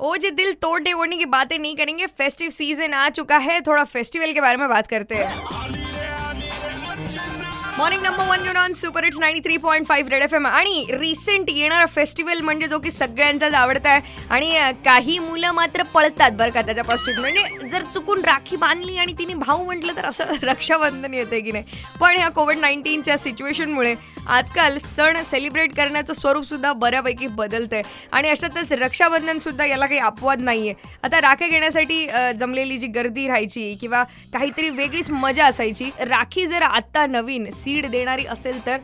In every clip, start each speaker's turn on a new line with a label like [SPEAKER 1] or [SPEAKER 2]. [SPEAKER 1] ओ जे दिल तोड़ दे ओढ़ने की बातें नहीं करेंगे फेस्टिव सीजन आ चुका है थोड़ा फेस्टिवल के बारे में बात करते हैं मॉर्निंग नंबर वन घेऊन on super it's ninety three point five red F M आणि रिसेंट येणारा फेस्टिवल म्हणजे जो की सगळ्यांचाच आवडता आहे आणि अं, काही मुलं मात्र पळतात बरं का त्याच्यापासून म्हणजे जर चुकून राखी बांधली आणि तिने भाऊ म्हटलं तर असं रक्षाबंधन येते की नाही पण ह्या कोविड नाईन्टीनच्या सिच्युएशनमुळे आजकाल सण सेलिब्रेट करण्याचं स्वरूपसुद्धा बऱ्यापैकी बदलतंय आणि अशातच रक्षाबंधनसुद्धा याला काही अपवाद नाही आहे आता राख्या घेण्यासाठी अं, जमलेली जी गर्दी राहायची किंवा काहीतरी वेगळीच मजा असायची राखी जर आत्ता नवीन सीड देणारी असेल तर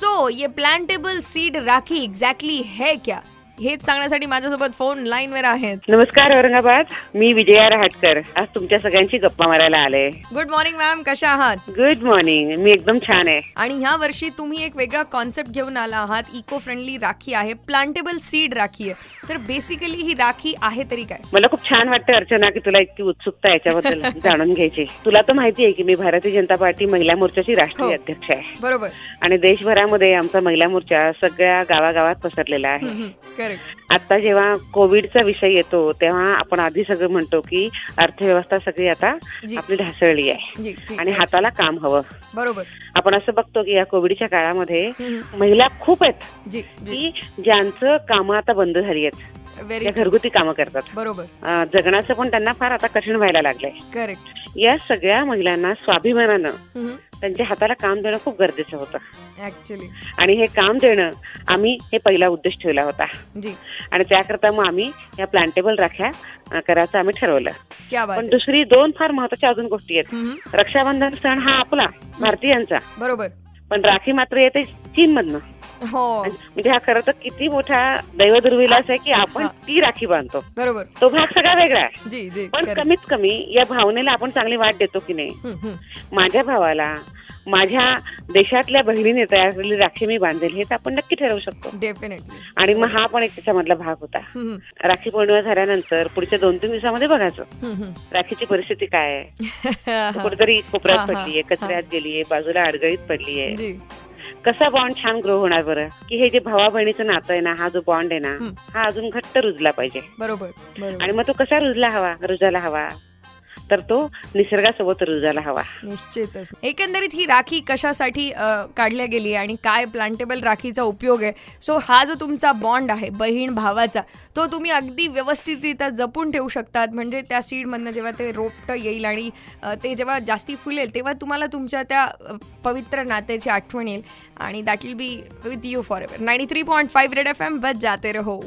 [SPEAKER 1] सो ये प्लांटेबल सीड राखी एक्झॅक्टली हे क्या हेच सांगण्यासाठी माझ्यासोबत फोन लाईनवर आहेत
[SPEAKER 2] नमस्कार औरंगाबाद मी विजया रहाटकर आज तुमच्या सगळ्यांची गप्पा मारायला आले
[SPEAKER 1] गुड मॉर्निंग मॅम कशा आहात
[SPEAKER 2] गुड मॉर्निंग मी एकदम छान आहे
[SPEAKER 1] आणि ह्या वर्षी तुम्ही एक वेगळा कॉन्सेप्ट घेऊन आला आहात इको फ्रेंडली राखी आहे प्लांटेबल सीड राखी आहे तर बेसिकली ही राखी आहे तरी काय
[SPEAKER 2] मला खूप छान वाटतं अर्चना की तुला इतकी उत्सुकता आहे याच्याबद्दल जाणून घ्यायची तुला तर माहिती आहे की मी भारतीय जनता पार्टी महिला मोर्चाची राष्ट्रीय
[SPEAKER 1] हो.
[SPEAKER 2] अध्यक्ष आहे
[SPEAKER 1] बरोबर
[SPEAKER 2] आणि देशभरामध्ये आमचा महिला मोर्चा सगळ्या गावागावात पसरलेला आहे
[SPEAKER 1] करेक्ट
[SPEAKER 2] आता जेव्हा कोविडचा विषय येतो तेव्हा आपण आधी सगळं म्हणतो की अर्थव्यवस्था सगळी आता
[SPEAKER 1] जी.
[SPEAKER 2] आपली ढासळली आहे
[SPEAKER 1] जी ठीक
[SPEAKER 2] आणि
[SPEAKER 1] आहे.
[SPEAKER 2] हाताला काम हवं
[SPEAKER 1] बरोबर
[SPEAKER 2] आपण असं बघतो की या कोविडच्या काळामध्ये
[SPEAKER 1] हम्म.
[SPEAKER 2] महिला खूप आहेत
[SPEAKER 1] जी
[SPEAKER 2] की ज्यांचं कामं आता बंद झाली आहेत
[SPEAKER 1] व्हेरी
[SPEAKER 2] त्या घरगुती कामं करतात
[SPEAKER 1] बरोबर
[SPEAKER 2] अं, जगण्याचं पण त्यांना फार आता कठीण व्हायला लागलंय
[SPEAKER 1] करेक्ट
[SPEAKER 2] या सगळ्या महिलांना स्वाभिमानानं त्यांच्या हाताला काम देणं खूप गरजेचं होतं
[SPEAKER 1] ऍक्च्युली
[SPEAKER 2] आणि हे काम देणं आम्ही हे पहिला उद्देश ठेवला होता
[SPEAKER 1] जी
[SPEAKER 2] आणि त्याकरता मग आम्ही या प्लांटेबल राख्या अं, करायचं आम्ही ठरवलं
[SPEAKER 1] क्या बात
[SPEAKER 2] पण
[SPEAKER 1] आहे.
[SPEAKER 2] दुसरी दोन फार महत्वाच्या अजून गोष्टी आहेत
[SPEAKER 1] हम्म.
[SPEAKER 2] रक्षाबंधन सण हा आपला भारतीयांचा
[SPEAKER 1] बरोबर
[SPEAKER 2] पण राखी मात्र येते चीन मधनं
[SPEAKER 1] हो
[SPEAKER 2] म्हणजे हा खरं तर किती मोठा दैवदुर्विलास आहे की आपण
[SPEAKER 1] हा.
[SPEAKER 2] ती राखी बांधतो
[SPEAKER 1] बरोबर
[SPEAKER 2] तो भाग सगळा वेगळा आहे
[SPEAKER 1] जी जी
[SPEAKER 2] पण
[SPEAKER 1] correct.
[SPEAKER 2] कमीत कमी या भावनेला आपण चांगली वाट देतो की नाही
[SPEAKER 1] हम्म, हम्म.
[SPEAKER 2] माझ्या भावाला माझ्या देशातल्या बहिणीने तयार केलेली राखी मी बांधेल हे तर आपण नक्की ठरवू शकतो
[SPEAKER 1] Definitely.
[SPEAKER 2] आणि मग हा पण एक त्याच्यामधला भाग होता
[SPEAKER 1] हम्म,
[SPEAKER 2] राखी पौर्णिमा झाल्यानंतर पुढच्या दोन तीन दिवसामध्ये बघायचं
[SPEAKER 1] हम्म,
[SPEAKER 2] राखीची परिस्थिती काय आहे
[SPEAKER 1] हम्म.
[SPEAKER 2] कुठेतरी
[SPEAKER 1] हा,
[SPEAKER 2] कोपऱ्यात
[SPEAKER 1] हा, म्हणजे
[SPEAKER 2] पडलीये कचऱ्यात गेलीये बाजूला अडगळीत पडलीये
[SPEAKER 1] जी
[SPEAKER 2] कसा बॉन्ड छान ग्रो होणार बरं की हे जे भावा बहिणीचं नातं आहे ना हा जो बॉन्ड आहे ना
[SPEAKER 1] हं.
[SPEAKER 2] हा अजून घट्ट रुजला पाहिजे
[SPEAKER 1] बरोबर बरोबर
[SPEAKER 2] आणि मग तो कसा रुजला हवा रुजायला हवा तर तो निसर्गासोबत रुजायला हवा
[SPEAKER 1] निश्चितच एकंदरीत ही राखी कशासाठी अ, काढल्या गेली आणि काय प्लांटेबल राखीचा उपयोग आहे सो हा जो तुमचा बॉन्ड आहे बहीण भावाचा तो तुम्ही अगदी व्यवस्थितरित्या जपून ठेवू शकतात म्हणजे त्या सीडमधनं जेव्हा ते रोपटं येईल आणि अ, ते जेव्हा जास्ती फुलेल तेव्हा तुम्हाला तुमच्या त्या अ, पवित्र नात्याची आठवण येईल आणि that will be with you forever ninety three point five red F M बस जाते रहो